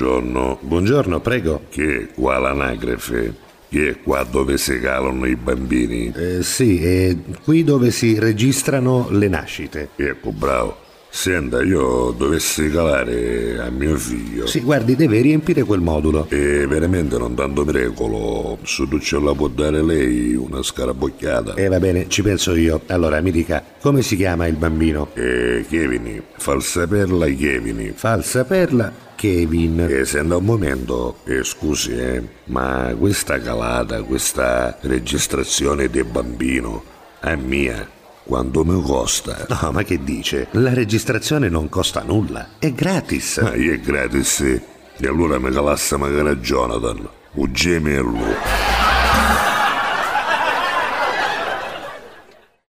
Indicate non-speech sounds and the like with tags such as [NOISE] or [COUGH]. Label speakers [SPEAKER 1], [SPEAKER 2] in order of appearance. [SPEAKER 1] Buongiorno.
[SPEAKER 2] Buongiorno, prego.
[SPEAKER 1] Chi è qua l'anagrafe? Chi è qua dove si calano i bambini?
[SPEAKER 2] Eh, sì, è qui dove si registrano le nascite.
[SPEAKER 1] Ecco, bravo. Senta, io dovessi calare a mio figlio.
[SPEAKER 2] Sì, guardi, deve riempire quel modulo.
[SPEAKER 1] E veramente non tanto precolo, se tu ce la può dare lei una scarabocchiata.
[SPEAKER 2] Eh, va bene, ci penso io. Allora, mi dica, come si chiama il bambino?
[SPEAKER 1] E Kevini, fal saperla Kevini.
[SPEAKER 2] Falsa perla, Kevin.
[SPEAKER 1] E senta un momento, eh, scusi eh, ma questa calata, questa registrazione del bambino è mia, quanto mi
[SPEAKER 2] [LAUGHS]
[SPEAKER 1] costa?
[SPEAKER 2] No, Oh, ma che dice? La registrazione non costa nulla, è gratis.
[SPEAKER 1] Ah, é io è gratis, sì. e allora mi calassa magari a Jonathan, o gemello.